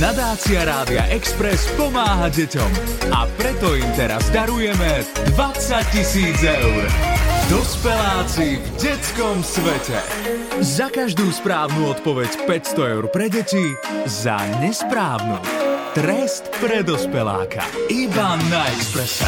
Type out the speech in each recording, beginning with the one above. Nadácia Rádia Express pomáha deťom a preto im teraz darujeme 20 tisíc eur. Dospeláci v detskom svete. Za každú správnu odpoveď 500 eur pre deti, za nesprávnu. Trest pre dospeláka. Iba na Expresse.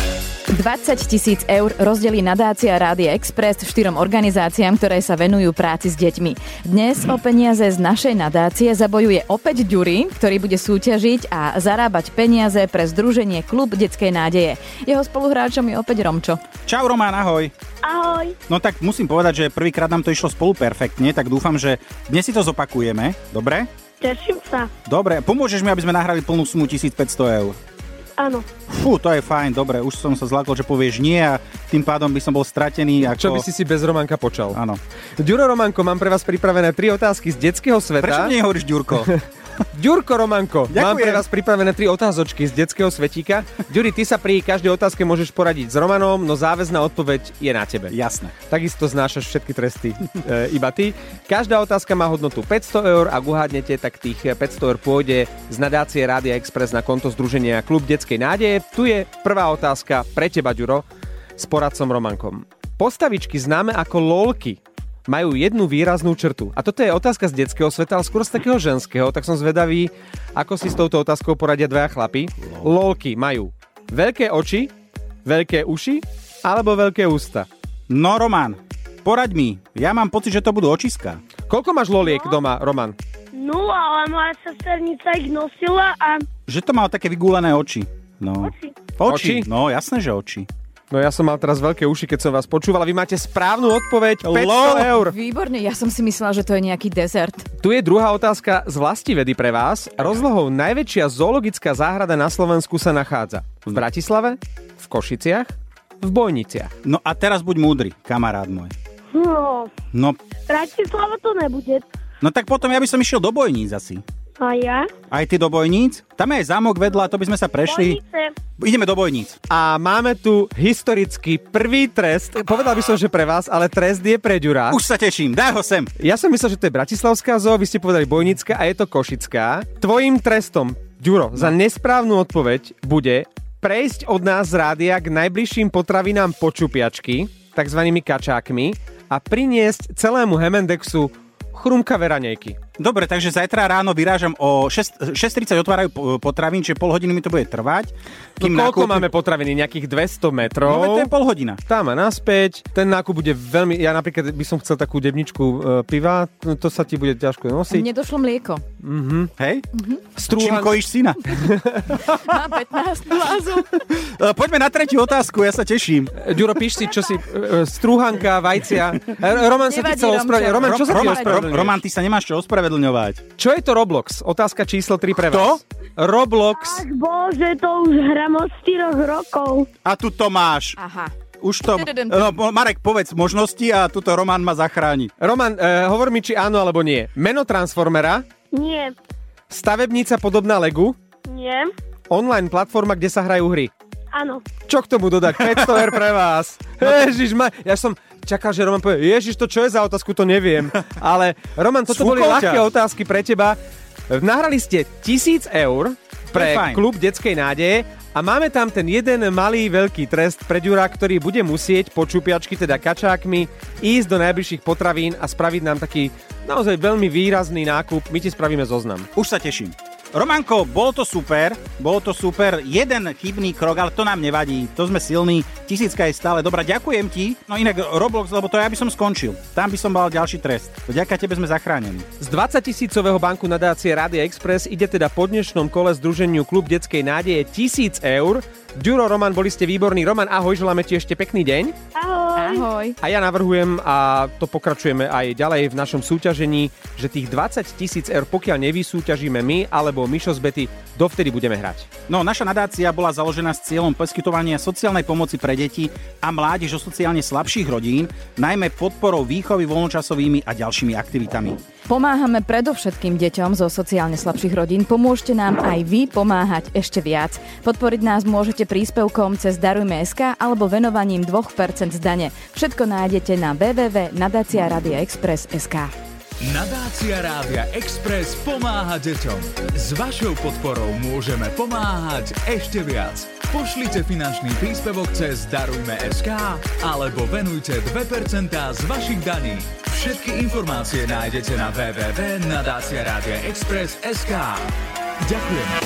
20 tisíc eur rozdelí nadácia Rádia Express štyrom organizáciám, ktoré sa venujú práci s deťmi. Dnes o peniaze z našej nadácie zabojuje opäť Ďuri, ktorý bude súťažiť a zarábať peniaze pre združenie Klub detskej nádeje. Jeho spoluhráčom je opäť Romčo. Čau Román, ahoj. Ahoj, No tak musím povedať, že prvýkrát nám to išlo spolu perfektne, tak dúfam, že dnes si to zopakujeme. Dobre? teším sa. Dobre, pomôžeš mi, aby sme nahrali plnú sumu 1500 eur. Áno, Fú, to je fajn, dobre, už som sa zlakol, že povieš nie a tým pádom by som bol stratený ako... Čo by si si bez Romanka počal? Áno. Ďuro Romanko, mám pre vás pripravené tri otázky z detského Prečo sveta. mi nehovoríš Ďurko? Ďurko Romanko, Ďakujem. mám pre vás pripravené tri otázočky z detského svetíka. Ďuri, ty sa pri každej otázke môžeš poradiť s Romanom, no záväzná odpoveď je na tebe. Jasné. Takisto znášaš všetky tresty e, iba ty. Každá otázka má hodnotu 500 eur. Ak uhádnete, tak tých 500 eur pôjde z nadácie Rádia Express na konto Združenia Klub detskej nádeje. Tu je prvá otázka pre teba, Ďuro, s poradcom Romankom. Postavičky známe ako lolky majú jednu výraznú črtu. A toto je otázka z detského sveta, ale skôr z takého ženského, tak som zvedavý, ako si s touto otázkou poradia dvaja chlapi. Lolky majú veľké oči, veľké uši alebo veľké ústa. No Román, poraď mi, ja mám pocit, že to budú očiska. Koľko máš loliek doma, Roman? no ale moja sesternica ich nosila a Že to mal také vygúlené oči. No. Oči. Oči? Oči? No, jasné, že oči. No ja som mal teraz veľké uši, keď som vás počúval. a Vy máte správnu odpoveď, 500 Lol. eur. Výborne, ja som si myslela, že to je nejaký dezert. Tu je druhá otázka z vlastivedy pre vás. Rozlohou najväčšia zoologická záhrada na Slovensku sa nachádza v Bratislave, v Košiciach, v Bojniciach. No a teraz buď múdry, kamarát môj. no, No, Bratislava to nebude. no tak potom ja by som išiel do Bojníc asi. A ja? Aj ty do Bojníc? Tam je aj zámok vedľa, to by sme sa prešli. Bojnice. Ideme do Bojníc. A máme tu historicky prvý trest. Povedal by som, že pre vás, ale trest je pre Ďura. Už sa teším, daj ho sem. Ja som myslel, že to je Bratislavská zoo, vy ste povedali Bojnická a je to Košická. Tvojim trestom, Ďuro, No. za nesprávnu odpoveď bude prejsť od nás z rádia k najbližším potravinám počupiačky, takzvanými kačákmi, a priniesť celému Hemendexu chrumkavé No ranejky. Dobre, takže zajtra ráno vyrážam o 6, 6.30 otvárajú po- potravín, čiže pol hodiny mi to bude trvať. No, koľko nakúpim- máme potraviny? Nejakých 200 metrov? No, veď to je pol hodina. tam a naspäť. Ten nákup bude veľmi... Ja napríklad by som chcel takú debničku e, piva, no to sa ti bude ťažko nosiť. Mne došlo mlieko. Hej? Mhm. Čím Strúhan, kojíš syna? Mám 15 blázov. E, Poďme na tretiu otázku, ja sa teším. Ďuro, píš si, čo si... e, e, Strúhanka, vajcia. E, Roman sa ti Nevadí, chcel Romčo. ospravedlniť. Roman, čo sa ti Roman, ospravedlňuješ? Roman, ty sa nemáš čo ospravedlňovať. Čo je to Roblox? Otázka číslo 3 pre Kto? vás. Roblox. Ach bože, to už hram od 4 rokov. A tu to máš. Aha. Už to... Tududum. No, po- Marek, povedz možnosti a tuto Roman ma zachráni. Roman, e, hovor mi, či áno alebo nie. Meno Transformera, Nie, stavebnica podobná Legu, nie, online platforma, kde sa hrajú hry. áno. Čo k tomu dodať? 500 eur pre vás. Ježiš, ma... ja som čakal, že Roman povie, Ježiš, to čo je za otázku, to neviem. Ale Roman, toto boli Sfúkol ľahké ťa. otázky pre teba. Nahrali ste 1000 eur To pre je fajn. klub detskej nádeje a máme tam ten jeden malý veľký trest pre Ďura, ktorý bude musieť po čupiačky, teda kačákmi, ísť do najbližších potravín a spraviť nám taký naozaj veľmi výrazný nákup. My ti spravíme zoznam. Už sa teším. Romanko, bolo to super, bolo to super, jeden chybný krok, ale to nám nevadí, to sme silní, tisícka je stále dobrá, ďakujem ti, no inak Roblox, lebo to ja by som skončil, tam by som mal ďalší trest, vďaka tebe sme zachránení. Z 20 tisícového banku nadácie Rádia Express ide teda po dnešnom kole združeniu Klub detskej nádeje 1000 eur. Ďuro, Roman, boli ste výborní. Roman, ahoj, želáme ti ešte pekný deň. Ahoj. Ahoj. A ja navrhujem, a to pokračujeme aj ďalej v našom súťažení, že tých 20 tisíc eur, pokiaľ nevysúťažíme my alebo Mišo z Bety, dovtedy budeme hrať. No, naša nadácia bola založená s cieľom poskytovania sociálnej pomoci pre deti a mládež zo sociálne slabších rodín, najmä podporou výchovy voľnočasovými a ďalšími aktivitami. Pomáhame predovšetkým deťom zo sociálne slabších rodín. Pomôžte nám aj vy pomáhať ešte viac. Podporiť nás môžete príspevkom cez Darujme.sk alebo venovaním 2% z dane. Všetko nájdete na www.nadaciaradiaexpress.sk. Nadácia Rádia Express pomáha deťom. S vašou podporou môžeme pomáhať ešte viac. Pošlite finančný príspevok cez Darujme.sk alebo venujte 2% z vašich daní. Všetky informácie nájdete na www.nadáciaradiaexpress.sk Ďakujeme.